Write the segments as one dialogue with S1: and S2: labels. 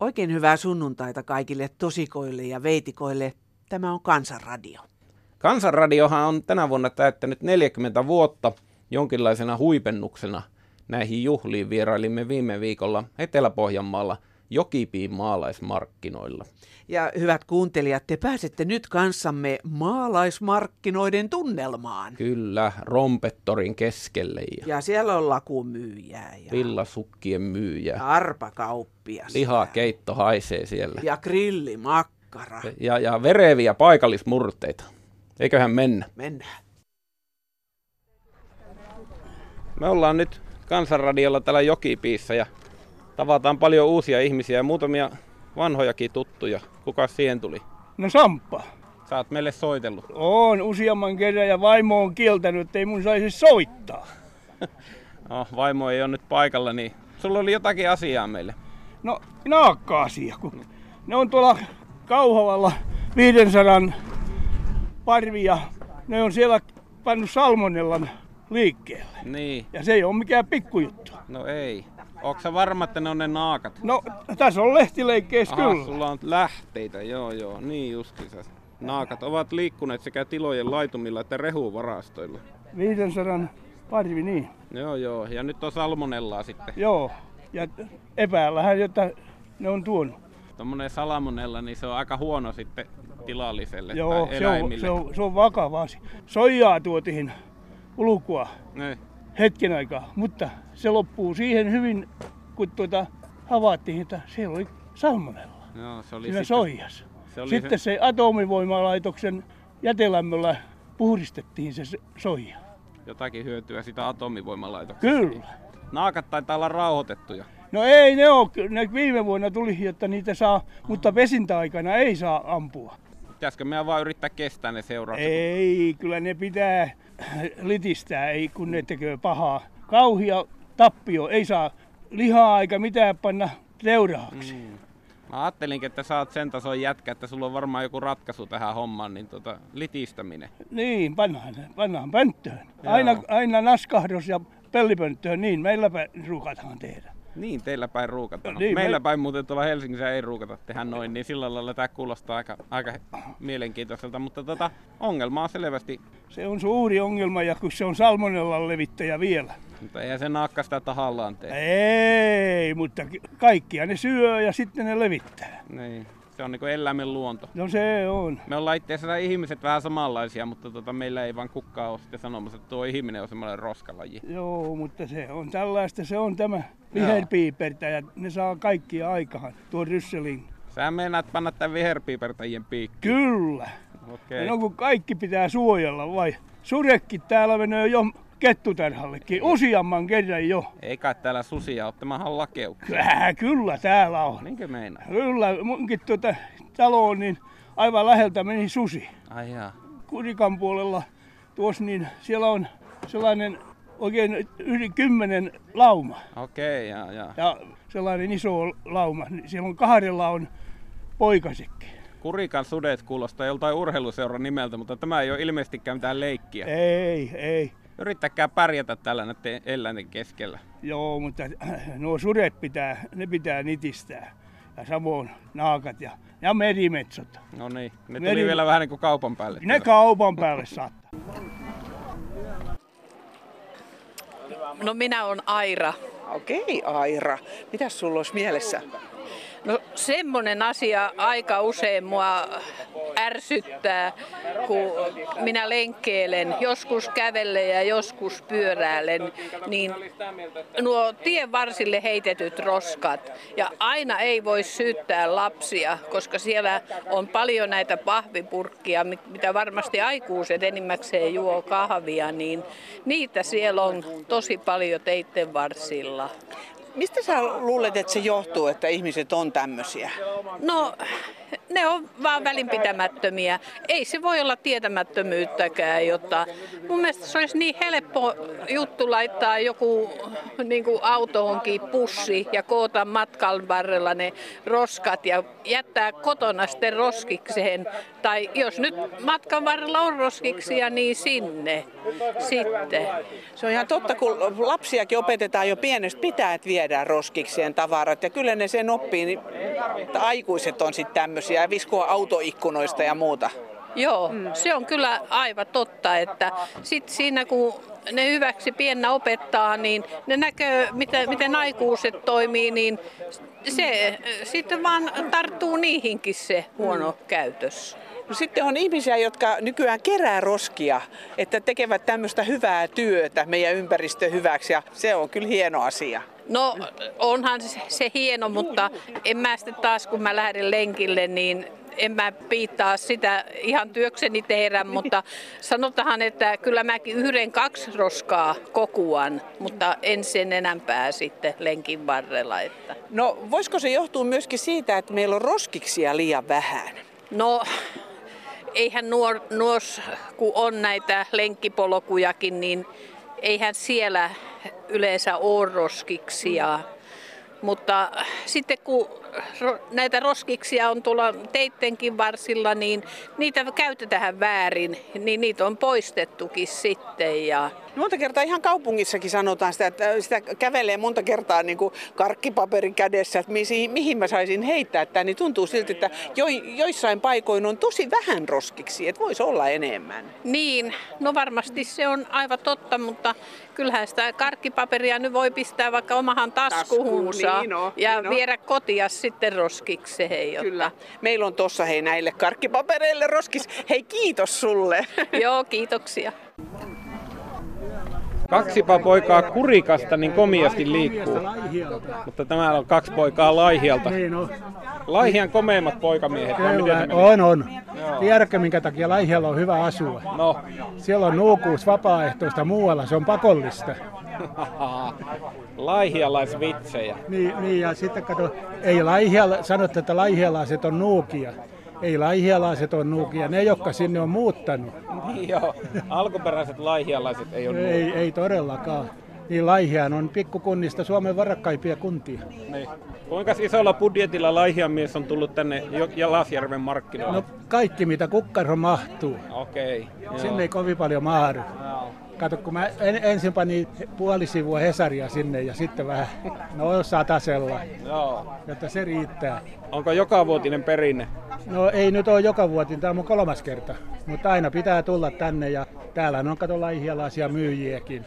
S1: Oikein hyvää sunnuntaita kaikille tosikoille ja veitikoille. Tämä on Kansanradio.
S2: Kansanradiohan on tänä vuonna täyttänyt 40 vuotta jonkinlaisena huipennuksena. Näihin juhliin vierailimme viime viikolla Etelä-Pohjanmaalla Jokipiin maalaismarkkinoilla.
S1: Ja hyvät kuuntelijat, te pääsette nyt kanssamme maalaismarkkinoiden tunnelmaan.
S2: Kyllä, rompettorin keskelle ja,
S1: Ja siellä on lakumyyjää ja
S2: villasukkien myyjä.
S1: arpakauppias
S2: Lihakeitto haisee siellä.
S1: ja grillimakkara.
S2: Ja, ja vereviä paikallismurteita. Eiköhän mennä.
S1: Mennään.
S2: Me ollaan nyt Kansanradiolla täällä Jokipiissä ja tavataan paljon uusia ihmisiä ja muutamia vanhojakin tuttuja. Kuka siihen tuli?
S3: No Samppa,
S2: Sä oot meille soitellut.
S3: on useamman kerran ja vaimo on kieltänyt, että ei mun saisi soittaa.
S2: No, vaimo ei ole nyt paikalla, niin sulla oli jotakin asiaa meille.
S3: No naakka-asia, kun ne on tuolla Kauhavalla 500 parvia. Ne on siellä pannut salmonellan liikkeelle.
S2: Niin,
S3: Ja se ei ole mikään pikkujuttu.
S2: no ei. Ootko sä varma, että ne on ne naakat?
S3: No tässä on lehtileikkeissä
S2: Aha,
S3: kyllä.
S2: sulla on lähteitä, joo joo, niin justiinsa. Naakat ovat liikkuneet sekä tilojen laitumilla että rehuvarastoilla.
S3: 500 parvi, niin.
S2: Joo joo, ja nyt on salmonellaa sitten.
S3: Joo. Ja epäillähän, jotta ne on tuonut.
S2: Tuommoinen salamonella, niin se on aika huono sitten tilalliselle
S3: Joo,
S2: tai
S3: se on,
S2: eläimille.
S3: se, on, se on vakava asia. Soijaa tuotiin ulkoa
S2: Niin.
S3: hetken aikaa, mutta se loppuu siihen hyvin, kun tuota havaittiin, että siellä oli salmonella
S2: Joo, se oli
S3: siinä
S2: sitten,
S3: soijassa.
S2: se oli se-
S3: Sitten se... se atomivoimalaitoksen jätelämmöllä puhdistettiin se se soija.
S2: jotakin hyötyä sitä atomivoimalaitoksesta.
S3: Kyllä.
S2: Naakat taitaa olla rauhoitettuja.
S3: No ei ne ole, ky- ne viime vuonna tuli, että niitä saa, mutta pesintäaikana ei saa ampua.
S2: Pitäisikö meidän vaan yrittää kestää ne seuraukset?
S3: Ei, kyllä ne pitää litistää, ei, kun ne tekee pahaa. Kauhia tappio, ei saa lihaa eikä mitään panna teuraaksi. Mm.
S2: Mä ajattelinkin, että sä oot sen tason jätkä, että sulla on varmaan joku ratkaisu tähän hommaan, niin tota, litistäminen.
S3: Niin, pannaan, pannaan pönttöön. Aina, aina naskahdos ja pellipönttöön, niin meillä pä- ruukataan tehdä.
S2: Niin, teillä päin ruukataan.
S3: Niin,
S2: Meillä
S3: me-
S2: päin muuten tuolla Helsingissä ei ruukata tehdä noin, niin sillä lailla tämä kuulostaa aika, aika mielenkiintoiselta. Mutta tota, ongelma on selvästi,
S3: Se on suuri ongelma ja kun se on salmonellan levittäjä vielä.
S2: mutta eihän se naakka sitä tahallaan tee.
S3: Ei, mutta ki- kaikkia ne syö ja sitten ne levittää.
S2: Niin. Se on niinku eläimen luonto.
S3: No se on.
S2: Me ollaan itse asiassa ihmiset vähän samanlaisia, mutta tota, meillä ei vaan kukaan ole sitten sanomassa, että tuo ihminen on semmoinen roskalaji.
S3: Joo, mutta se on tällaista, se on tämä viherpiipertäjä. Ne saa kaikkia aikaan, tuo Rysselin.
S2: Sä meinaat panna tämän viherpiipertäjien piikki.
S3: Kyllä.
S2: Okei.
S3: No kun kaikki pitää suojella vai? Surekki täällä menee jo kettutarhallekin, useamman kerran jo.
S2: Ei kai täällä susia ole, tämähän on lakeuksia.
S3: Kyllä, kyllä täällä on.
S2: Niinkö meinaa?
S3: Kyllä, munkin tuota taloon niin aivan läheltä meni susi.
S2: Ai jaa.
S3: Kurikan puolella tuossa niin siellä on sellainen oikein yli kymmenen lauma.
S2: Okei, jaa, jaa.
S3: Ja sellainen iso lauma. niin Siellä on kahdella on poikasekin.
S2: Kurikan sudet kuulostaa joltain urheiluseuran nimeltä, mutta tämä ei ole ilmeisestikään mitään leikkiä.
S3: Ei, ei.
S2: Yrittäkää pärjätä tällä näiden eläinten keskellä.
S3: Joo, mutta nuo sudet pitää, ne pitää nitistää. Ja samoin naakat ja, ja merimetsot.
S2: No niin, ne tuli
S3: Meri-
S2: vielä vähän niin kuin kaupan päälle.
S3: Ne kaupan päälle saattaa.
S4: No minä on Aira.
S1: Okei, Aira. Mitäs sulla olisi mielessä?
S4: No semmonen asia aika usein mua ärsyttää, kun minä lenkkeilen, joskus kävellen ja joskus pyöräilen, niin nuo tien varsille heitetyt roskat. Ja aina ei voi syyttää lapsia, koska siellä on paljon näitä pahvipurkkia, mi- mitä varmasti aikuiset enimmäkseen juo kahvia, niin niitä siellä on tosi paljon teitten varsilla.
S1: Mistä sä luulet, että se johtuu, että ihmiset on tämmöisiä?
S4: No, ne on vaan välinpitämättömiä. Ei se voi olla tietämättömyyttäkään, jotta mun mielestä se olisi niin helppo juttu laittaa joku niin kuin autoonkin pussi ja koota matkan varrella ne roskat ja jättää kotona sitten roskikseen. Tai jos nyt matkan varrella on roskiksia, niin sinne sitten.
S5: Se on ihan totta, kun lapsiakin opetetaan jo pienestä pitää, että viedään roskikseen tavarat. Ja kyllä ne sen oppii, niin että aikuiset on sitten tämmöisiä ja viskoa autoikkunoista ja muuta.
S4: Joo, mm. se on kyllä aivan totta, että sit siinä kun ne hyväksi piennä opettaa, niin ne näkee, miten, miten aikuiset toimii, niin se sitten vaan tarttuu niihinkin se huono mm. käytös.
S5: No sitten on ihmisiä, jotka nykyään kerää roskia, että tekevät tämmöistä hyvää työtä meidän ympäristön hyväksi ja se on kyllä hieno asia.
S4: No onhan se, se hieno, mutta en mä sitten taas kun mä lähden lenkille, niin en mä piittaa sitä ihan työkseni tehdä, mutta sanotaan, että kyllä mäkin yhden kaksi roskaa kokuan, mutta en sen enempää sitten lenkin varrella. Että.
S5: No voisiko se johtua myöskin siitä, että meillä on roskiksia liian vähän?
S4: No eihän nuor, nuos, kun on näitä lenkkipolkujakin, niin eihän siellä yleensä ole roskiksia. Mutta sitten kun näitä roskiksia on tuolla teittenkin varsilla, niin niitä käytetään väärin, niin niitä on poistettukin sitten. Ja...
S5: Monta kertaa ihan kaupungissakin sanotaan sitä, että sitä kävelee monta kertaa niin kuin karkkipaperin kädessä, että mihin, mihin mä saisin heittää tämä, niin tuntuu siltä, että jo, joissain paikoin on tosi vähän roskiksi, että voisi olla enemmän.
S4: Niin, no varmasti se on aivan totta, mutta kyllähän sitä karkkipaperia nyt voi pistää vaikka omahan taskuunsa Tasku, niin on, ja niin on. viedä kotia sitten roskikseen. Jotta...
S5: Kyllä. Meillä on tuossa hei näille karkkipapereille roskis. Hei kiitos sulle.
S4: Joo, kiitoksia.
S2: Kaksipa poikaa kurikasta niin komiasti liikkuu. Mutta tämä on kaksi poikaa laihialta.
S6: Niin on.
S2: Laihian komeimmat poikamiehet, vai miten se
S6: Kyllä,
S2: meni?
S6: on, on. Tiedätkö, minkä takia Laihialla on hyvä asua?
S2: No,
S6: Siellä on nuukuus vapaaehtoista muualla, se on pakollista.
S2: laihialaisvitsejä.
S6: Niin, niin ja sitten kato, ei laihiala, sanotte, että laihialaiset on nuukia. Ei laihialaiset on nuukia, ne jotka sinne on muuttanut.
S2: Niin Joo, alkuperäiset laihialaiset ei ole
S6: Ei, ei todellakaan. Niin Laihiaan on pikkukunnista Suomen varakkaimpia kuntia.
S2: Niin. Kuinka isolla budjetilla Laihian mies on tullut tänne Jo- Jalasjärven markkinoille?
S6: No kaikki mitä kukkaro mahtuu.
S2: Okei. joo.
S6: Sinne ei kovin paljon mahdu.
S2: Joo.
S6: Kato, kun mä en, ensin panin puoli sivua Hesaria sinne ja sitten vähän, no satasella,
S2: Joo.
S6: jotta se riittää.
S2: Onko jokavuotinen perinne?
S6: No ei nyt ole joka vuoti, tämä on mun kolmas kerta, mutta aina pitää tulla tänne ja täällä on kato laihialaisia myyjiäkin.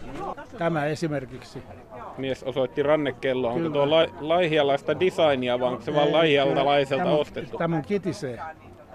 S6: Tämä esimerkiksi.
S2: Mies osoitti rannekelloa. Onko
S6: Kyllä.
S2: tuo lai, laihialaista designia vai onko se vaan laihialaiselta
S6: Tämä on-
S2: ostettu?
S6: Tämä on kitisee.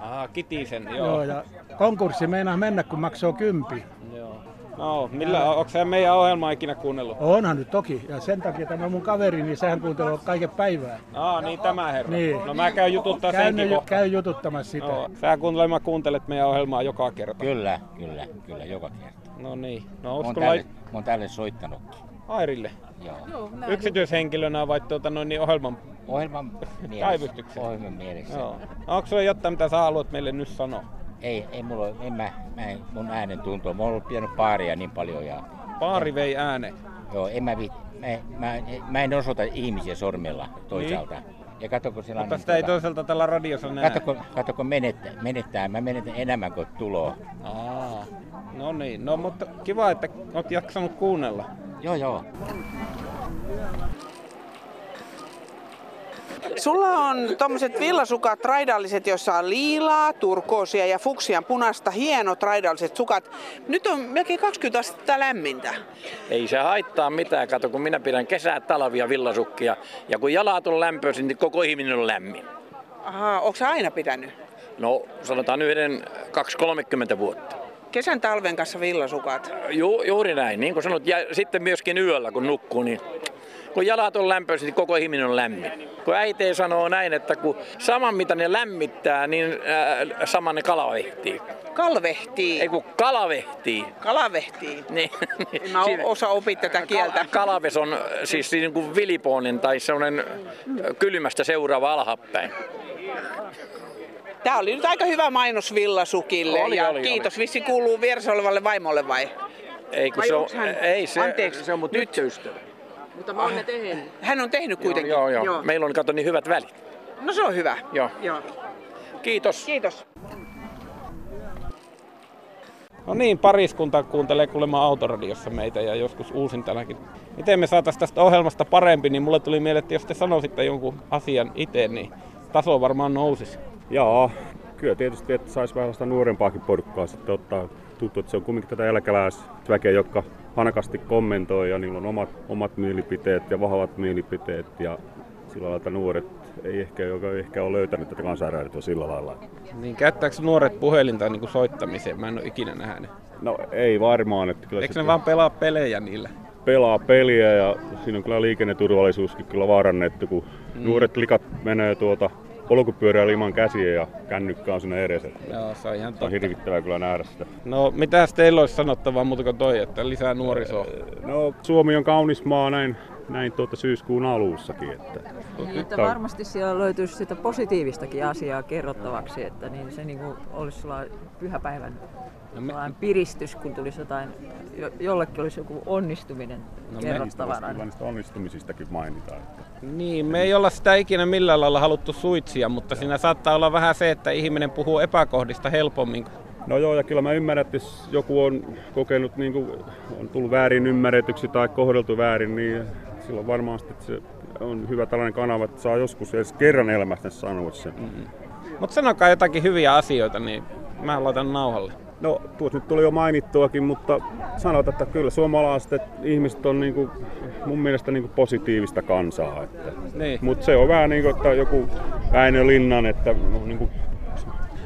S2: Ah, kitisen, joo.
S6: Joo, ja konkurssi meinaa mennä, kun maksaa kympi.
S2: joo. No, millä, onko sä meidän ohjelmaa ikinä kuunnellut?
S6: Onhan nyt toki, ja sen takia tämä mun kaveri, niin sehän kuuntelee kaiken päivää.
S2: Aa, niin tämä herra.
S6: Niin.
S2: No mä käyn jututtaa
S6: Käyn,
S2: senkin kohta.
S6: käyn jututtamassa sitä.
S2: Joo. Sä kuuntelet, mä kuuntelet meidän ohjelmaa joka kerta.
S7: Kyllä, kyllä, kyllä, joka kerta.
S2: No niin. No
S7: Mä oon
S2: onko
S7: tälle,
S2: lai...
S7: mä oon tälle soittanutkin.
S2: Airille?
S7: Joo.
S2: Yksityishenkilönä vai tuota noin niin ohjelman?
S7: Ohjelman mielessä.
S2: Päivystyksen.
S7: Ohjelman mielessä.
S2: Joo. Onko sulla jotain, mitä sä haluat meille nyt sanoa?
S7: Ei, ei mulla, en mä, mä en, mun äänen tuntuu. Mä oon ollut piennyt paaria niin paljon ja...
S2: Paari vei äänen.
S7: Joo, en mä, vi, mä, mä, mä en osoita ihmisiä sormella toisaalta. Niin. Ja kato, kun sillä on...
S2: Mutta
S7: niin
S2: sitä ei
S7: tota-
S2: toisaalta tällä radiossa näe.
S7: Kato, kun, kato, kun menettää, menettää, mä menetän enemmän kuin tuloa.
S2: Aa. No niin, no mutta kiva, että oot jaksanut kuunnella.
S7: Joo, joo.
S5: Sulla on tommoset villasukat, raidalliset, joissa on liilaa, turkoosia ja fuksian punaista, hienot raidalliset sukat. Nyt on melkein 20 astetta lämmintä.
S8: Ei se haittaa mitään, kato kun minä pidän kesää, talvia, villasukkia. Ja kun jalat on lämpöisin, niin koko ihminen on lämmin.
S5: Ahaa, onko sä aina pitänyt?
S8: No sanotaan yhden 2-30 vuotta.
S5: Kesän talven kanssa villasukat.
S8: Ju, juuri näin, niin kuin sanot. Ja sitten myöskin yöllä kun nukkuu, niin kun jalat on lämpöisin, niin koko ihminen on lämmin. Kun äiti sanoo näin, että kun saman mitä ne lämmittää, niin äh, saman ne kalavehtii.
S5: Kalvehtii.
S8: Ei kun kalavehtii.
S5: Kalavehtii.
S8: Niin,
S5: En mä
S8: Siinä-
S5: osa opi tätä kieltä.
S8: Kal- Kalaves on äh, siis niin kuin vilipoonin tai semmoinen äh, kylmästä seuraava alhapäin.
S5: Tämä oli nyt aika hyvä mainos Villasukille
S8: Oli,
S5: ja
S8: oli, oli.
S5: kiitos. Vissi kuuluu vieressä olevalle vaimolle vai?
S8: Ei, kun
S5: Vai
S8: se on,
S5: onks hän-
S8: ei se,
S5: Anteeksi,
S8: se on mun tyttöystävä.
S5: Mutta mä oon ne tehnyt. Hän on tehnyt kuitenkin.
S8: Joo, joo, joo. Meillä on kato niin hyvät välit.
S5: No se on hyvä.
S8: Joo.
S5: joo.
S8: Kiitos.
S5: Kiitos.
S2: No niin, pariskunta kuuntelee kuulemma autoradiossa meitä ja joskus uusintanakin. Miten me saataisiin tästä ohjelmasta parempi, niin mulle tuli mieleen, että jos te sanoisitte jonkun asian itse, niin taso varmaan nousisi.
S9: Joo, kyllä tietysti, että saisi vähän sitä nuorempaakin porukkaa sitten ottaa. Tuntuu, että se on kumminkin tätä eläkeläisväkeä, jotka hanakasti kommentoi ja niillä on omat, omat mielipiteet ja vahvat mielipiteet ja sillä lailla, että nuoret ei ehkä, joka ei ehkä ole löytänyt tätä kansanradiota sillä lailla.
S2: Niin käyttääkö nuoret puhelinta niin kuin soittamiseen? Mä en ole ikinä nähnyt.
S9: No ei varmaan, että kyllä
S2: Eikö
S9: se
S2: ne vaan pelaa pelejä niillä?
S9: pelaa peliä ja siinä on kyllä liikenneturvallisuuskin kyllä vaarannettu, kun mm. nuoret likat menee tuota polkupyörää liman käsiä ja kännykkä on siinä edessä.
S2: Joo, se on ihan
S9: Se on
S2: totta.
S9: hirvittävää kyllä nähdä sitä.
S2: No, mitäs teillä olisi sanottavaa muuta kuin toi, että lisää nuorisoa?
S9: No, Suomi on kaunis maa näin, näin tuota syyskuun alussakin. Että,
S10: Niin, Että varmasti siellä löytyisi sitä positiivistakin asiaa kerrottavaksi, että niin se niin kuin olisi sellainen pyhäpäivän
S2: No me-
S10: sellainen piristys, kun tulisi jotain, jo, jollekin olisi joku onnistuminen
S2: me-
S10: no,
S9: Niistä voisi
S10: kerrottavana.
S9: kyllä niistä onnistumisistakin mainitaan. Että.
S2: Niin, me ei olla sitä ikinä millään lailla haluttu suitsia, mutta siinä saattaa olla vähän se, että ihminen puhuu epäkohdista helpommin.
S9: No joo, ja kyllä mä ymmärrän, että jos joku on kokenut, niin kuin, on tullut väärin ymmärretyksi tai kohdeltu väärin, niin silloin varmasti se on hyvä tällainen kanava, että saa joskus edes kerran elämästä sanoa sen. Mm-hmm.
S2: Mutta sanokaa jotakin hyviä asioita, niin mä laitan nauhalle.
S9: No, tuossa nyt tuli jo mainittuakin, mutta sanotaan, että kyllä suomalaiset että ihmiset on niin kuin, mun mielestä niin kuin positiivista kansaa. Että.
S2: Niin.
S9: Mutta se on vähän niin kuin, että joku Väinö Linnan, että niin kuin,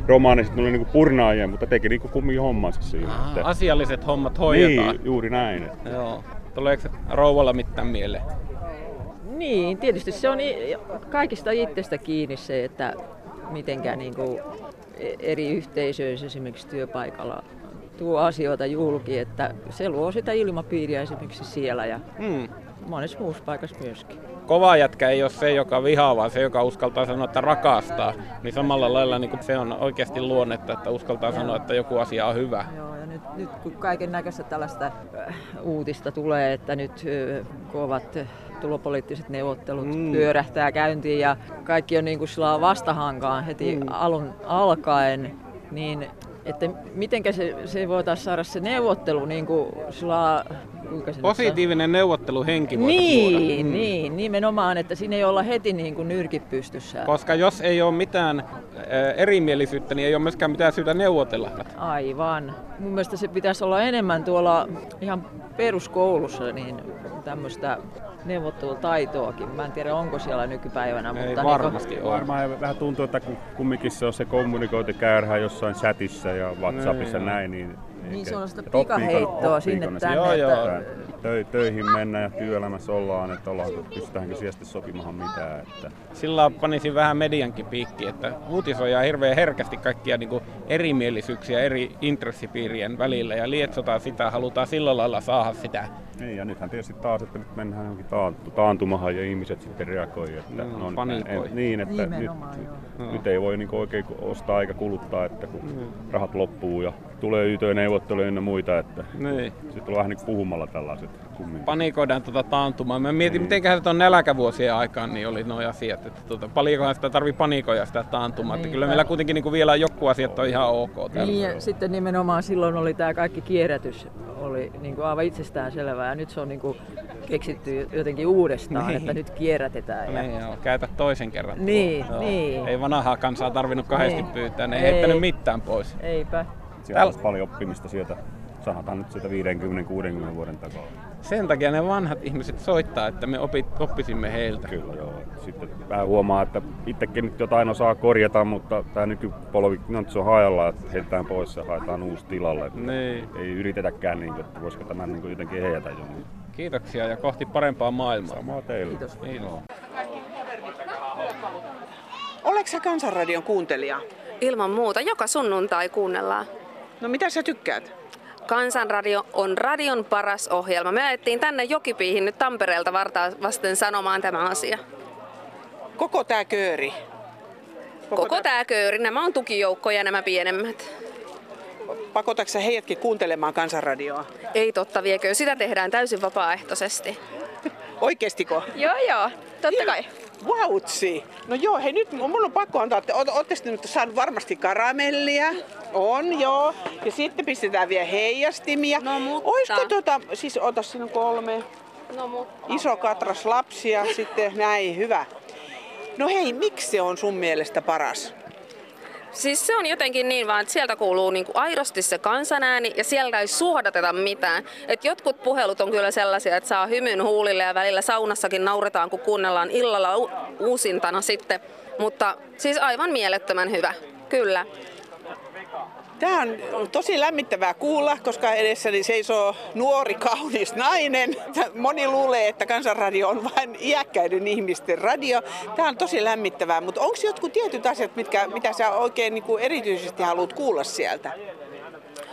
S9: romaanista tuli niin kuin purnaajia, mutta teki niin kuin kummin hommansa siinä.
S2: Aa,
S9: että,
S2: asialliset hommat hoidetaan.
S9: niin, juuri näin. Että.
S2: Joo. Tuleeko rouvalla mitään mieleen?
S10: Niin, tietysti se on i- kaikista itsestä kiinni se, että mitenkä niin kuin e- eri yhteisöissä esimerkiksi työpaikalla tuo asioita julki, että se luo sitä ilmapiiriä esimerkiksi siellä ja
S2: Hmm.
S10: monessa muussa paikassa myöskin.
S2: Kova jätkä ei ole se, joka vihaa, vaan se, joka uskaltaa sanoa, että rakastaa. Niin samalla lailla niin kun se on oikeasti luonnetta, että uskaltaa sanoa, että joku asia on hyvä.
S10: Joo, ja nyt, nyt kun kaiken näköistä tällaista äh, uutista tulee, että nyt äh, kovat äh, tulopoliittiset neuvottelut
S2: Mm.
S10: mm. pyörähtää käyntiin ja kaikki on niin kuin sillä vastahankaan heti mm. alun alkaen, niin että mitenkä se, se voitaisiin saada se neuvottelu niin kuin sillä, kuinka se nyt on?
S2: Positiivinen neuvotteluhenki voitaisiin luoda.
S10: Niin,
S2: Mm.
S10: niin, nimenomaan, että siinä ei olla heti niin kuin nyrkit pystyssä.
S2: Koska jos ei ole mitään eh, erimielisyyttä, niin ei ole myöskään mitään syytä neuvotella.
S10: Aivan. Mun mielestä se pitäisi olla enemmän tuolla ihan peruskoulussa niin tämmöistä neuvottelutaitoakin. Mä en tiedä, onko siellä nykypäivänä,
S2: Ei
S10: mutta
S2: varmasti
S10: Niin
S2: ole.
S9: Varmaan ja vähän tuntuu, että kun kumminkin se on se kommunikointikäyrä jossain chatissa ja WhatsAppissa
S2: Niin,
S9: niin, näin, niin...
S10: Niin, se on sitä
S9: Oppiiko-
S10: pikaheittoa sinne
S9: oppiiko ne
S10: tänne,
S2: Joo,
S10: että-
S9: sitä? Tö, töihin mennään ja työelämässä ollaan, että ollaan, pystytäänkö siesti sopimaan mitään. Että.
S2: Sillä panisin vähän mediankin piikki, että uutisoidaan hirveän herkästi kaikkia niin kuin erimielisyyksiä eri intressipiirien välillä ja lietsotaan sitä, halutaan sillä lailla saada sitä.
S9: Niin, ja nythän tietysti taas, että nyt mennään johonkin taantu, taantumahan ja ihmiset sitten reagoi. Että
S2: Mm,
S9: no, nyt-
S2: panikoi.
S9: en- niin, että nyt,
S10: Nimenomaan, joo.
S9: nyt, ei voi niinku oikein ku- ostaa eikä kuluttaa, että kun rahat loppuu ja tulee YT-neuvotteluja ja muita, että
S2: Niin.
S9: sitten on vähän niin puhumalla tällaiset kumminkin.
S2: Panikoidaan tuota taantumaa. Mä mietin, mm. mitenköhän se tuon nälkävuosien aikaan niin oli nuo asiat. Että tuota, paljonkohan sitä tarvii panikoida sitä taantumaa. Että
S10: Niin,
S2: kyllä
S10: tai-
S2: meillä kuitenkin niin kuin vielä joku asiat on ihan ok.
S10: Niin, ja
S2: Täällä.
S10: sitten nimenomaan silloin oli tämä kaikki kierrätys oli niin kuin aivan itsestään selvää ja nyt se on niin kuin keksitty jotenkin uudestaan,
S2: Niin.
S10: että nyt kierrätetään. Ja...
S2: Niin joo, käytä toisen kerran. tuo.
S10: Niin, niin.
S2: Ei vanhaa kansaa tarvinnut kahdesti
S10: Niin.
S2: pyytää, ne ei,
S10: Ei.
S2: heittänyt mitään pois.
S10: Eipä.
S9: Siellä
S2: Täällä-
S9: olisi paljon oppimista sieltä, sanotaan nyt sieltä 50-60 vuoden takaa.
S2: Sen takia ne vanhat ihmiset soittaa, että me opit, oppisimme heiltä.
S9: Kyllä joo. Et Sitten vähän huomaa, että itsekin nyt jotain osaa korjata, mutta tämä nykypolvi, no nyt se on hajalla, että heitetään pois ja haetaan uusi tilalle.
S2: Niin.
S9: Ei yritetäkään, niin kuin, että voisiko tämän niin kuin jotenkin heijätä jonkun.
S2: Kiitoksia ja kohti parempaa maailmaa. Niin
S9: Samaa teille.
S10: Kiitos.
S2: Kiitos.
S5: Oletko sä Kansanradion kuuntelija?
S11: Ilman muuta, joka sunnuntai kuunnellaan.
S5: No mitä sä tykkäät?
S11: Kansanradio on radion paras ohjelma. Me ajettiin tänne Jokipiihin nyt Tampereelta vartaa vasten sanomaan tämä asia.
S5: Koko tää kööri.
S11: Koko tämä köyri, nämä on tukijoukkoja nämä pienemmät.
S5: Pakotatko sä heidätkin kuuntelemaan kansanradioa?
S11: Ei totta viekö, sitä tehdään täysin vapaaehtoisesti.
S5: Oikeestiko?
S11: Joo joo, totta kai.
S5: Vautsi! No joo, hei nyt mulla on pakko antaa, että ootte nyt saanut varmasti karamellia. On joo. Ja sitten pistetään vielä heijastimia. No mutta. Oisko tota, siis ota sinun kolme.
S11: No mutta.
S5: Iso katras lapsia, sitten näin, hyvä. No hei, miksi se on sun mielestä paras?
S11: Siis se on jotenkin niin vaan, että sieltä kuuluu niin kuin aidosti se kansanääni ja sieltä ei suodateta mitään. Et jotkut puhelut on kyllä sellaisia, että saa hymyn huulille ja välillä saunassakin nauretaan, kun kuunnellaan illalla u- uusintana sitten. Mutta siis aivan mielettömän hyvä, kyllä.
S5: Tämä on tosi lämmittävää kuulla, koska edessäni seisoo nuori, kaunis nainen. Moni luulee, että Kansanradio on vain iäkkäiden ihmisten radio. Tämä on tosi lämmittävää, mutta onko jotkut tietyt asiat, mitkä, mitä sä oikein niin kuin erityisesti haluat kuulla sieltä?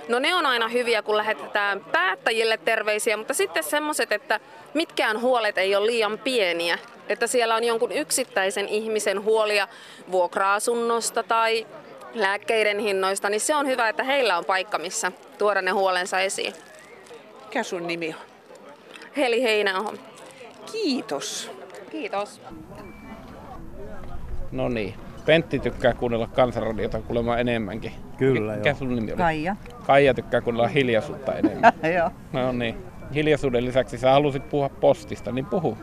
S11: No ne on aina hyviä, kun lähetetään päättäjille terveisiä, mutta sitten semmoiset, että mitkään huolet ei ole liian pieniä. Että siellä on jonkun yksittäisen ihmisen huolia vuokra-asunnosta tai lääkkeiden hinnoista, niin se on hyvä, että heillä on paikka, missä tuoda ne huolensa esiin.
S5: Mikä sun nimi on?
S11: Heli Heinäoho.
S5: Kiitos.
S11: Kiitos.
S2: No niin. Pentti tykkää kuunnella kansanradiota kuulemma enemmänkin.
S12: Kyllä,
S2: Mikä
S12: joo.
S2: sun nimi oli?
S12: Kaija.
S2: Kaija tykkää kuunnella hiljaisuutta enemmän.
S12: joo.
S2: No niin. Hiljaisuuden lisäksi sä halusit puhua postista, niin puhu.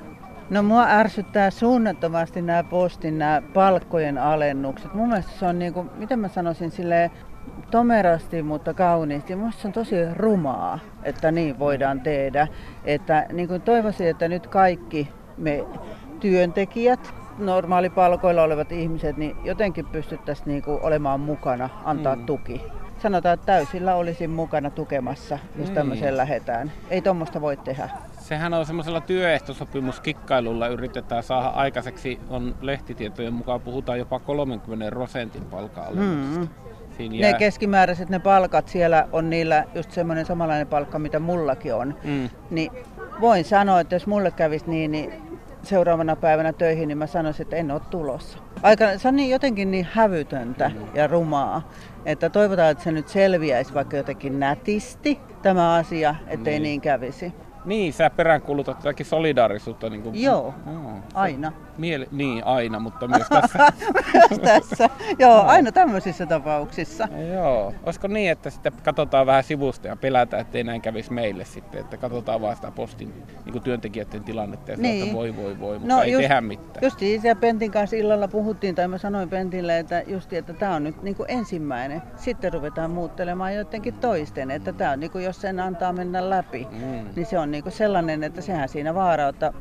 S12: No mua ärsyttää suunnattomasti nämä postin nämä palkkojen alennukset. Mun mielestä se on niinku, mitä mä sanoisin, silleen tomerasti, mutta kauniisti. Mun mielestä se on tosi rumaa, että niin voidaan tehdä. Että niin kuin toivoisin, että nyt kaikki me työntekijät, normaalipalkoilla olevat ihmiset, niin jotenkin pystyttäisiin niinku olemaan mukana, antaa
S13: Mm.
S12: mm. tuki. Sanotaan, että täysillä olisin mukana tukemassa, jos
S2: Niin.
S12: tämmöiseen lähetään. Ei tuommoista voi tehdä.
S2: Sehän on semmoisella työehtosopimuskikkailulla yritetään saada aikaiseksi, on lehtitietojen mukaan puhutaan jopa 30 prosentin palkaa
S12: Mm.
S2: Siinä
S12: Ne keskimääräiset ne palkat siellä on niillä just semmoinen samanlainen palkka, mitä mullakin on.
S2: Mm.
S12: Niin voin sanoa, että jos mulle kävisi niin, niin seuraavana päivänä töihin, niin mä sanoisin, että en ole tulossa. Aika, se on niin, jotenkin niin hävytöntä ja rumaa, että toivotaan, että se nyt selviäisi vaikka jotenkin nätisti tämä asia, ettei
S2: Niin.
S12: niin, niin kävisi.
S2: Niin, sä peräänkuulutat jotakin solidaarisuutta. Niin kuin...
S12: Joo,
S2: se-
S12: aina.
S2: Miele... Niin, aina, mutta myös tässä.
S12: Myös tässä, joo, aina tämmöisissä tapauksissa.
S2: Joo. Olisiko niin, että sitten katsotaan vähän sivusta ja pelätään, ettei näin kävisi meille sitten, että katsotaan vaan sitä postin niin kuin työntekijöiden tilannetta ja niin.
S12: Niin.
S2: että voi voi voi, mutta no, ei tehdä mitään.
S12: Just itse Pentin kanssa illalla puhuttiin, tai mä sanoin Pentille, että justi, että tämä on nyt niinku ensimmäinen. Sitten ruvetaan muuttelemaan jotenkin toisten, että tämä on niinku, jos sen antaa mennä läpi,
S2: Mm.
S12: niin se on niinku sellainen, että sehän siinä vaaraa, että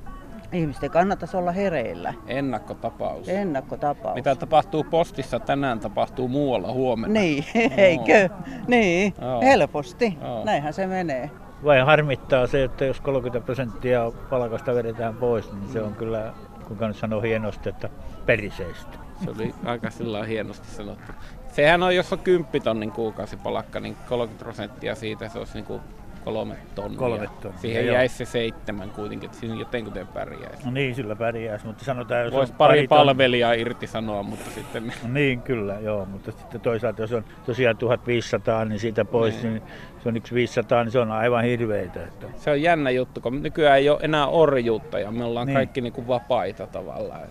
S12: ihmisten kannattaisi olla hereillä.
S2: Ennakkotapaus.
S12: Ennakkotapaus.
S2: Mitä tapahtuu postissa tänään, tapahtuu muualla huomenna.
S12: Niin, eikö? Niin,
S2: Joo.
S12: helposti.
S2: Joo.
S12: Näinhän se menee.
S14: Vai harmittaa se, että jos 30 prosenttia palkasta vedetään pois, niin se on kyllä, kuinka nyt sanoo hienosti, että periseistä.
S2: Se oli aika sillä lailla hienosti sanottu. Sehän on, jos on 10 tonnin kuukausipalakka, niin 30 prosenttia siitä se olisi niin kuin kolme tonnia.
S14: Kolme tonnia,
S2: Siihen
S14: joo.
S2: jäisi se seitsemän kuitenkin, että siinä jotenkin pärjäisi.
S14: No niin, sillä pärjäisi, mutta sanotaan, jos
S2: Voisi
S14: on
S2: pari
S14: ton-
S2: palvelijaa irti sanoa, mutta sitten...
S14: Niin, kyllä, joo, mutta sitten toisaalta jos on tosiaan 1500, niin siitä pois,
S2: Niin.
S14: niin, se on yksi 500, niin se on aivan hirveitä. Että.
S2: Se on jännä juttu, kun nykyään ei ole enää orjuutta ja me ollaan niin.
S14: Niin.
S2: kaikki niin kuin vapaita tavallaan.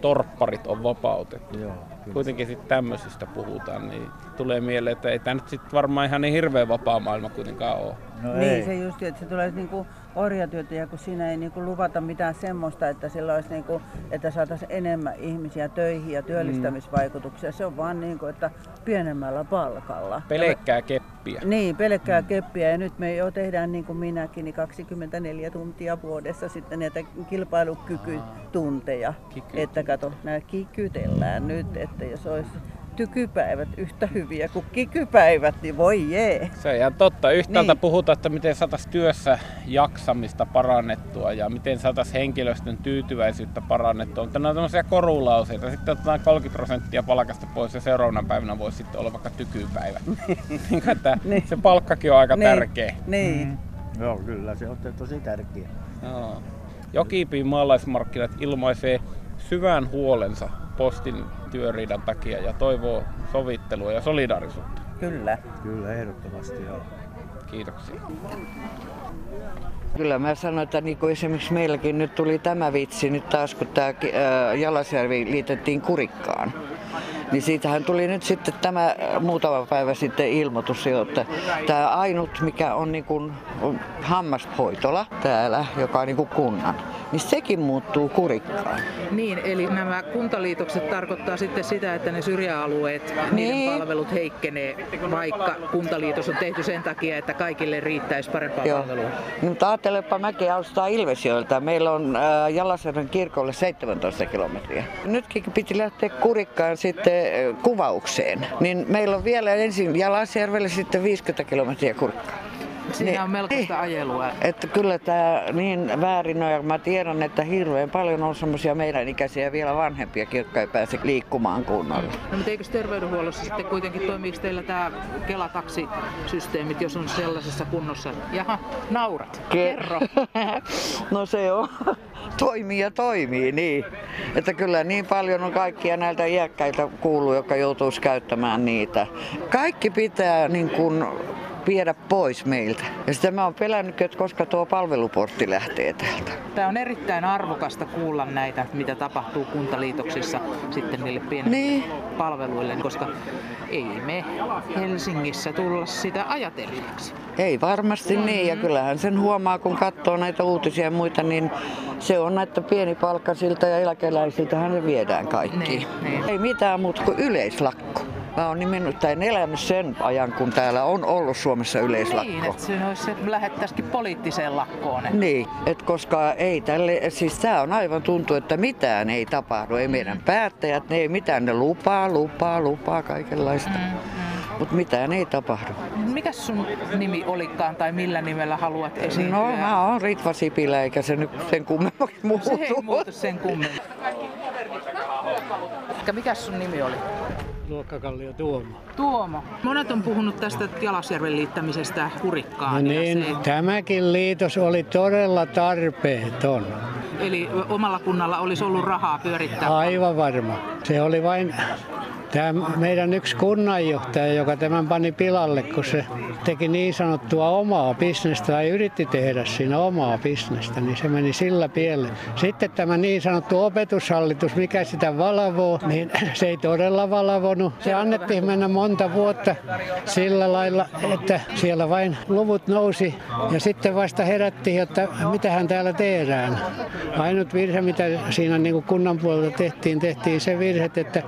S2: Torpparit on vapautettu.
S14: Joo,
S2: Kuitenkin sitten tämmöisistä puhutaan, niin tulee mieleen, että ei tämä nyt sitten varmaan ihan niin hirveä vapaa maailma kuitenkaan ole.
S14: No
S12: niin, se just, että se tulee niinku orjatyötä ja kun siinä ei niinku luvata mitään semmoista, että sillä olisi niinku, että saataisiin enemmän ihmisiä töihin ja työllistämisvaikutuksia. Se on vaan niinku, että pienemmällä palkalla.
S2: Pelkkää keppiä.
S12: Niin, pelkkää mm. keppiä. Ja nyt me jo tehdään niin kuin minäkin, niin 24 tuntia vuodessa sitten näitä kilpailukykytunteja. Että kato, nämä kikytellään nyt, että jos olisi tykypäivät yhtä hyviä kuin kikypäivät, niin voi jee.
S2: Se on ihan totta. Yhtäältä niin.
S12: Niin.
S2: puhutaan, että miten saataisiin työssä jaksamista parannettua ja miten saataisiin henkilöstön tyytyväisyyttä parannettua. Mutta nämä on tämmöisiä korulauseita. Sitten otetaan 30 prosenttia palkasta pois ja seuraavana päivänä voisi sitten olla vaikka tykypäivä. niin, kuin, että niin. Se palkkakin on aika niin. tärkeä.
S12: Niin.
S14: Mm. Joo,
S2: Mm.
S14: kyllä, se on tosi tärkeä.
S2: Joo. Jokipin maalaismarkkinat ilmaisee syvän huolensa postin työriidan takia ja toivoo sovittelua ja solidaarisuutta.
S13: Kyllä.
S15: Kyllä, ehdottomasti joo.
S2: Kiitoksia.
S13: Kyllä mä sanon, että niin kuin esimerkiksi meilläkin nyt tuli tämä vitsi nyt taas, kun tämä Jalasjärvi liitettiin Kurikkaan. Niin siitähän tuli nyt sitten tämä äh, muutama päivä sitten ilmoitus jo, että tämä ainut, mikä on niin kuin on hammashoitola täällä, joka on niin kuin kunnan, niin sekin muuttuu kurikkaan.
S16: Niin, eli nämä kuntaliitokset tarkoittaa sitten sitä, että ne syrjäalueet, niiden palvelut heikkenee, vaikka kuntaliitos on tehty sen takia, että kaikille riittäisi parempaa
S13: Joo.
S16: palvelua.
S13: No, Mutta ajattelepa mäkin Austaa Ilvesjoelta. Meillä on äh, Jalasjärven kirkolle 17 kilometriä. Nytkin piti lähteä kurikkaan sitten äh, kuvaukseen. Niin meillä on vielä ensin Jalasjärvelle sitten 50 kilometriä kurikkaan.
S16: Siinä on melkoista ajelua.
S13: Että kyllä tämä niin väärin on ja mä tiedän, että hirveän paljon on semmoisia meidän ikäisiä ja vielä vanhempia, jotka ei pääse liikkumaan kunnolla.
S16: No, mutta eikö terveydenhuollossa sitten kuitenkin toimiiko teillä tämä Kelataksisysteemit, jos on sellaisessa kunnossa? Jaha, naurat. Kerro.
S13: No se on. Toimii ja toimii, niin. Että kyllä niin paljon on kaikkia näiltä iäkkäitä kuuluu, jotka joutuisi käyttämään niitä. Kaikki pitää niin kuin viedä pois meiltä. Ja sitä mä oon pelännyt, että koska tuo palveluportti lähtee täältä.
S16: Tämä on erittäin arvokasta kuulla näitä, mitä tapahtuu kuntaliitoksissa sitten niille pienille
S13: niin.
S16: palveluille, koska ei me Helsingissä tulla sitä ajatelleeksi.
S13: Ei varmasti
S16: Mm-hmm.
S13: niin, ja kyllähän sen huomaa, kun katsoo näitä uutisia ja muita, niin se on näitä pienipalkkaisilta ja eläkeläisiltähän ne viedään
S16: Niin,
S13: kaikki. Ei mitään muuta kuin yleislakko. Mä oon nimennyt tämän elänyt sen ajan, kun täällä on ollut Suomessa
S16: Niin,
S13: yleislakko.
S16: että se olisi, että me lähettäisikin poliittiseen lakkoon. että-
S13: Niin, että koska ei tälle, siis tää on aivan tuntuu, että mitään ei tapahdu. Ei
S16: Mm.
S13: meidän päättäjät, ne ei mitään, ne lupaa, lupaa, lupaa kaikenlaista.
S16: Mm,
S13: Mutta mitään ei tapahdu.
S16: Mikäs sun nimi olikaan tai millä nimellä haluat esiintyä?
S13: No mä oon Ritva Sipilä, eikä se nyt sen kummemmaksi muutu.
S16: Se ei muutu sen kummemmin. Elikkä Mikäs sun nimi oli?
S17: Luokkakallio Tuomo.
S16: Tuomo. Monet on puhunut tästä Jalasjärven liittämisestä
S17: No
S16: kurikkaan. ja
S17: niin, tämäkin liitos oli todella tarpeeton.
S16: se- Eli omalla kunnalla olisi ollut rahaa pyörittää.
S17: Aivan varma. Se oli vain tämä meidän yksi kunnanjohtaja, joka tämän pani pilalle, kun se teki niin sanottua omaa bisnestä tai yritti tehdä siinä omaa bisnestä, niin se meni sillä pielle. Sitten tämä niin sanottu opetushallitus, mikä sitä valvoo, niin se ei todella valvonut. Se annettiin mennä monta vuotta sillä lailla, että siellä vain luvut nousi ja sitten vasta herättiin, että mitähän täällä tehdään. Ainut virhe, mitä siinä niin kuin kunnan puolelta tehtiin, tehtiin se virhe, että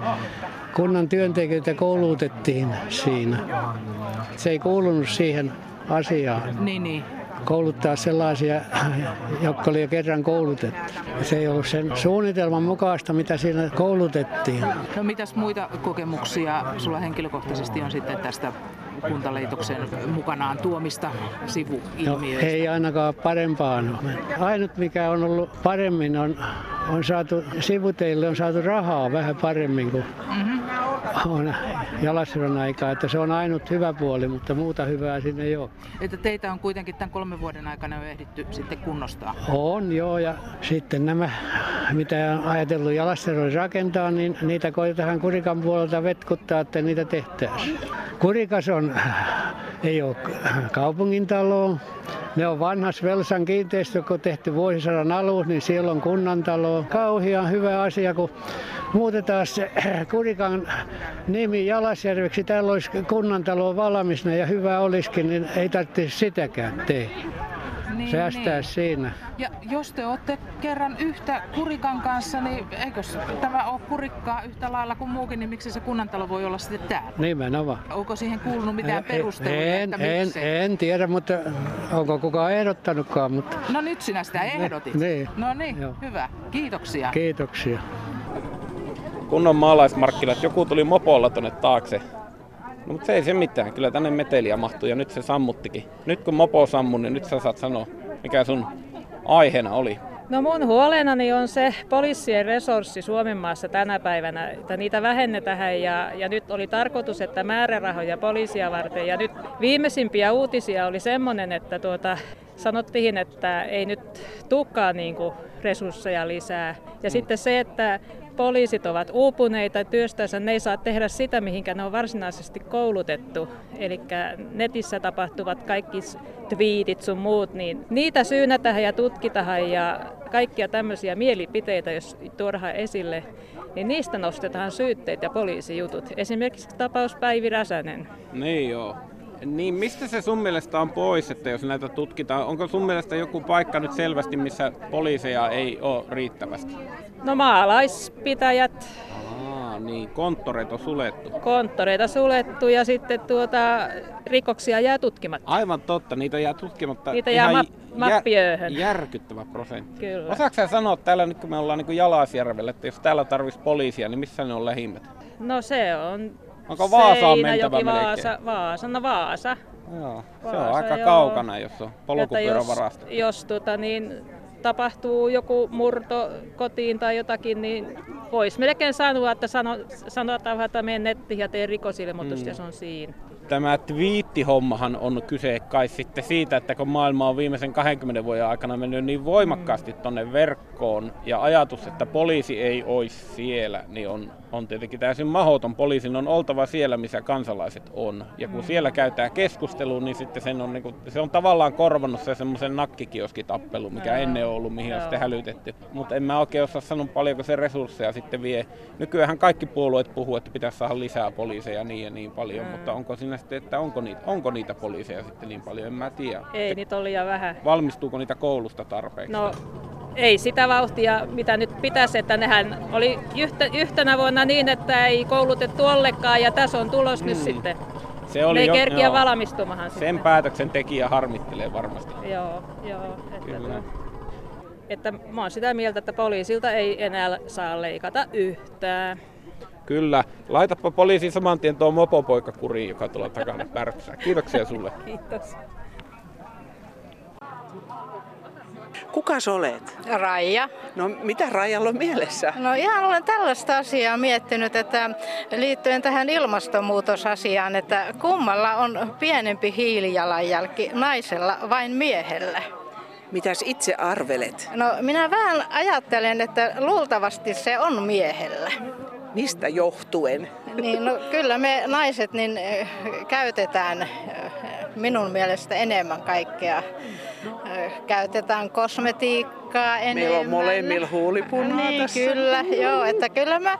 S17: kunnan työntekijöitä koulutettiin siinä. Se ei kuulunut siihen asiaan.
S16: Niin, niin.
S17: Kouluttaa sellaisia, jotka oli jo kerran koulutettu. Se ei ollut sen suunnitelman mukaista, mitä siinä koulutettiin.
S16: No mitäs muita kokemuksia sulla henkilökohtaisesti on sitten tästä kuntaliitoksen mukanaan tuomista
S17: No,
S16: sivuilmiöistä?
S17: ei ainakaan parempaan ole. Ainut mikä on ollut paremmin on, on saatu, sivuteille on saatu rahaa vähän paremmin kuin
S16: Mm-hmm.
S17: on jalasron aikaa. Että se on ainut hyvä puoli, mutta muuta hyvää sinne ei ole.
S16: Että teitä on kuitenkin tämän kolmen vuoden aikana jo ehditty sitten kunnostaa.
S17: On joo ja sitten nämä, mitä on ajatellut jalasteroin rakentaa, niin niitä koitetaan kurikan puolelta vetkuttaa, että niitä tehtäisiin. Kurikas on, ei ole kaupungin talo. Ne on vanhas Velsan kiinteistö, kun tehty vuosisadan alus, niin siellä on kunnantalo. Kauhian hyvä asia, kun muutetaan se Kurikan nimi Jalasjärveksi. Täällä olisi kunnantalo valmisna ja hyvä olisikin, niin ei tarvitsisi sitäkään tehdä.
S16: Niin,
S17: Säästää siinä.
S16: Ja jos te olette kerran yhtä kurikan kanssa, niin eikö tämä ole kurikkaa yhtä lailla kuin muukin, niin miksi se kunnantalo voi olla sitten täällä?
S17: Nimenomaan.
S16: Onko siihen kuulunut mitään perusteluja,
S17: No, En,
S16: että
S17: en,
S16: miksei?
S17: en tiedä, mutta onko kukaan ehdottanutkaan, mutta
S16: No nyt sinä sitä ehdotit.
S17: Niin.
S16: No niin,
S17: Joo.
S16: hyvä. Kiitoksia.
S17: kiitoksia.
S2: Kunnon maalaismarkkinat, joku tuli mopolla tonne taakse. No, mutta se ei se mitään, kyllä tänne meteliä mahtuu ja nyt se sammuttikin. Nyt kun mopo sammui, niin nyt sä saat sanoa, mikä sun aiheena oli.
S15: No mun huolenani on se poliisien resurssi Suomen maassa tänä päivänä, että niitä vähennetään ja, ja nyt oli tarkoitus, että määrärahoja poliisia varten ja nyt viimeisimpiä uutisia oli semmoinen, että tuota, sanottiin, että ei nyt tulekaan niin kuin resursseja lisää. Ja mm. sitten se, että poliisit ovat uupuneita työstänsä, ne ei saa tehdä sitä, mihinkä ne on varsinaisesti koulutettu. Eli netissä tapahtuvat kaikki twiitit sun muut, niin niitä syynätään ja tutkitahan ja kaikkia tämmöisiä mielipiteitä, jos tuodaan esille, niin niistä nostetaan syytteet ja poliisijutut. Esimerkiksi tapaus Päivi Räsänen.
S2: Niin joo. Niin mistä se sun mielestä on pois, että jos näitä tutkitaan? Onko sun mielestä joku paikka nyt selvästi, missä poliiseja ei ole riittävästi?
S15: No maalaispitäjät.
S2: Aa, niin, konttoreita on sulettu.
S15: Konttoreita sulettu ja sitten tuota, rikoksia jää tutkimatta.
S2: Aivan totta, niitä jää tutkimatta.
S15: Niitä jää ma- mappiööhön.
S2: Jär, järkyttävä prosentti.
S15: Kyllä.
S2: Osaatko sä sanoa täällä nyt kun me ollaan niin Jalasjärvellä, että jos täällä tarvitsisi poliisia, niin missä ne on lähimmät?
S15: No se on
S2: Onko Vaasaan mentävä
S15: Vaasa, Vaasa, no Vaasa.
S2: Joo, Vaasa, se on aika joo. kaukana, jos on polkupyörän varasta.
S15: Jos, jos tota, niin, tapahtuu joku murto kotiin tai jotakin, niin voisi melkein sanoa, että sano, sanotaan, että mene nettiin ja tee rikosilmoitus mm. ja se on siinä.
S2: Tämä twiittihommahan on kyse kai sitten siitä, että kun maailma on viimeisen 20 vuoden aikana mennyt niin voimakkaasti mm. tonne verkkoon ja ajatus, että poliisi ei olisi siellä, niin on, on tietenkin täysin mahoton. Poliisin on oltava siellä, missä kansalaiset on. Ja kun mm. siellä käytään keskustelua, niin sitten sen on, niin kuin, se on tavallaan korvannut se semmoisen nakkikioskitappelu, mikä no. ennen on ollut, mihin Joo. on sitten hälytetty. Mutta en mä oikein osaa sanoa paljonko se resursseja sitten vie. Nykyään kaikki puolueet puhuu, että pitäisi saada lisää poliiseja niin ja niin paljon, mm. mutta onko siinä sitten, että onko niitä, onko niitä poliiseja sitten niin paljon, en mä tiedä.
S15: Ei, Et niitä on liian vähän.
S2: Valmistuuko niitä koulusta tarpeeksi?
S15: No, ei sitä vauhtia, mitä nyt pitäisi, että nehän oli yhtä, yhtenä vuonna niin, että ei koulutettu ollenkaan ja tässä on tulos mm. nyt sitten.
S2: Se oli
S15: ne ei
S2: jo,
S15: kerkiä joo. valmistumahan
S2: Sen sitten. päätöksen tekijä harmittelee varmasti.
S15: Joo, joo. Että Kyllä. Että mä oon sitä mieltä, että poliisilta ei enää saa leikata yhtään.
S2: Kyllä. Laitapa poliisi saman tien tuo mopopoika kuriin, joka tuolla takana pärtsää. Kiitoksia sulle.
S15: Kiitos.
S5: Kuka sä olet?
S18: Raija.
S5: No mitä Raijalla on mielessä?
S18: No ihan olen tällaista asiaa miettinyt, että liittyen tähän ilmastonmuutosasiaan, että kummalla on pienempi hiilijalanjälki, naisella vai miehellä?
S5: Mitäs itse arvelet?
S18: No minä vähän ajattelen, että luultavasti se on miehellä.
S5: Mistä johtuen?
S18: Niin, no, kyllä me naiset niin, käytetään eh, minun mielestä enemmän kaikkea. Eh, Käytetään kosmetiikkaa enemmän.
S5: Meillä on molemmilla huulipunaa
S18: niin,
S5: tässä.
S18: Kyllä, joo, että kyllä mä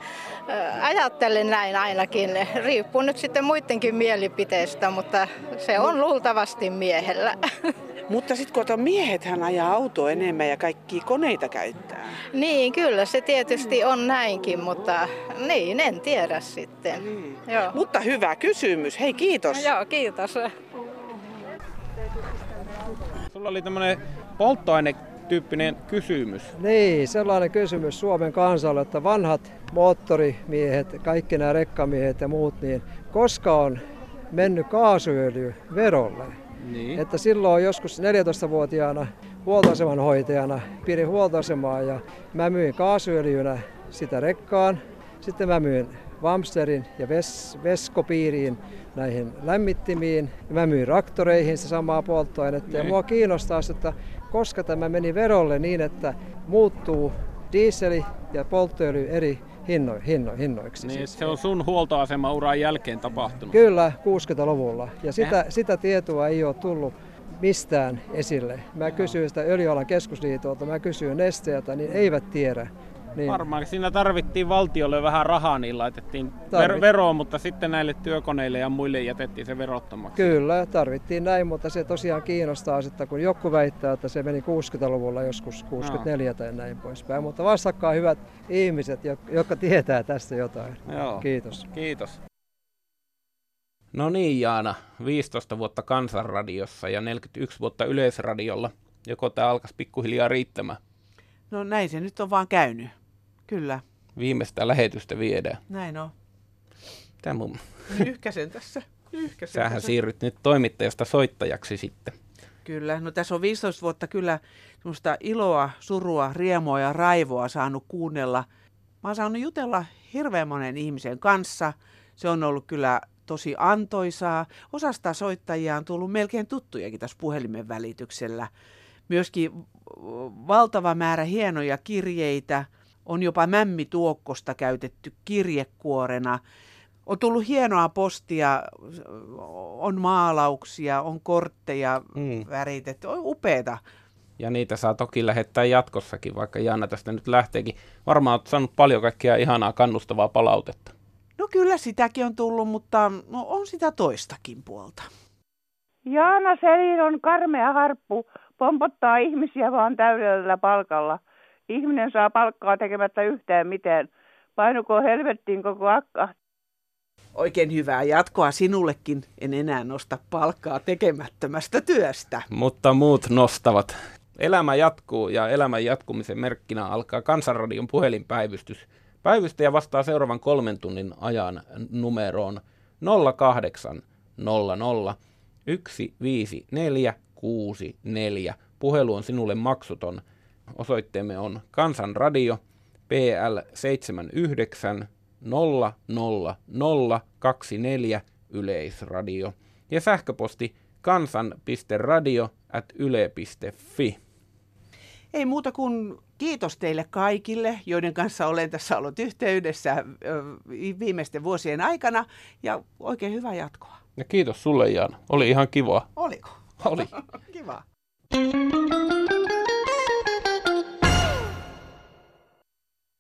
S18: ajattelen näin ainakin. Riippuu nyt sitten muidenkin mielipiteistä, mutta se on luultavasti miehellä.
S5: Mutta sitten kato, miehethän ajaa autoa enemmän ja kaikki koneita käyttää.
S18: Niin, kyllä se tietysti on näinkin, mutta niin, en tiedä sitten.
S5: Niin. Joo. Mutta hyvä kysymys. Hei, kiitos.
S18: No, joo, kiitos.
S2: Sulla oli tämmöinen polttoainetyyppinen kysymys.
S19: Niin, sellainen kysymys Suomen kansalle, että vanhat moottorimiehet, kaikki nämä rekkamiehet ja muut, niin koska on mennyt kaasuöljy verolle? Niin. Että silloin joskus 14-vuotiaana huoltoaseman hoitajana pidin huoltoasemaa ja mä myin kaasuöljynä sitä rekkaan. Sitten mä myin Vamsterin ja ves, Veskopiiriin näihin lämmittimiin. Ja mä myin raktoreihin se samaa polttoainetta. Niin. Ja mua kiinnostaa, että koska tämä meni verolle niin, että muuttuu diiseli ja polttoöljy eri hinno, hinno, hinnoiksi.
S2: Niin, siis. se on sun huoltoasemauran jälkeen tapahtunut?
S19: Kyllä, 60-luvulla. Ja sitä, eh. sitä tietoa ei ole tullut mistään esille. Mä Joo. kysyin sitä Öljyalan keskusliitolta, mä kysyin Nesteeltä, niin eivät tiedä.
S2: Niin. Varmaan siinä tarvittiin valtiolle vähän rahaa, niin laitettiin Tarvit... ver- veroon, mutta sitten näille työkoneille ja muille jätettiin se verottomaksi.
S19: Kyllä, tarvittiin näin, mutta se tosiaan kiinnostaa, että kun joku väittää, että se meni 60-luvulla joskus 64 no. tai näin poispäin. Mutta vastakkain hyvät ihmiset, jotka tietää tästä jotain.
S2: Joo.
S19: Kiitos.
S2: Kiitos. No niin Jaana, 15 vuotta Kansanradiossa ja 41 vuotta Yleisradiolla. Joko tämä alkaisi pikkuhiljaa riittämään?
S1: No näin se nyt on vaan käynyt. Kyllä.
S2: Viimeistä lähetystä viedään.
S1: Näin on.
S2: Tämä mun...
S1: Nyhkäsen tässä. Nyhkäsen
S2: Sähän
S1: tässä.
S2: siirryt nyt toimittajasta soittajaksi sitten.
S5: Kyllä, no tässä on 15 vuotta kyllä semmoista iloa, surua, riemua ja raivoa saanut kuunnella. Mä oon saanut jutella hirveän monen ihmisen kanssa. Se on ollut kyllä tosi antoisaa. Osasta soittajia on tullut melkein tuttujakin tässä puhelimen välityksellä. Myöskin valtava määrä hienoja kirjeitä. On jopa mämmituokkosta käytetty kirjekuorena. On tullut hienoa postia, on maalauksia, on kortteja mm. väritetty, on upeeta.
S2: Ja niitä saa toki lähettää jatkossakin, vaikka Jaana tästä nyt lähteekin. Varmaan olet saanut paljon kaikkea ihanaa kannustavaa palautetta.
S5: No kyllä sitäkin on tullut, mutta no, on sitä toistakin puolta.
S20: Jaana Selin on karmea harppu, pompottaa ihmisiä vaan täydellä palkalla. Ihminen saa palkkaa tekemättä yhtään mitään. Painuko helvettiin koko akka.
S5: Oikein hyvää jatkoa sinullekin. En enää nosta palkkaa tekemättömästä työstä.
S2: Mutta muut nostavat. Elämä jatkuu ja elämän jatkumisen merkkinä alkaa Kansanradion puhelinpäivystys. Päivystäjä vastaa seuraavan kolmen tunnin ajan numeroon 0800 15464. Puhelu on sinulle maksuton. Osoitteemme on Kansanradio PL 79 00024 Yleisradio ja sähköposti kansan.radio at yle.fi.
S5: Ei muuta kuin kiitos teille kaikille, joiden kanssa olen tässä ollut yhteydessä viimeisten vuosien aikana ja oikein hyvää jatkoa.
S2: Ja kiitos sulle Jaana, oli ihan kiva.
S5: Oliko?
S2: Oli.
S5: kiva.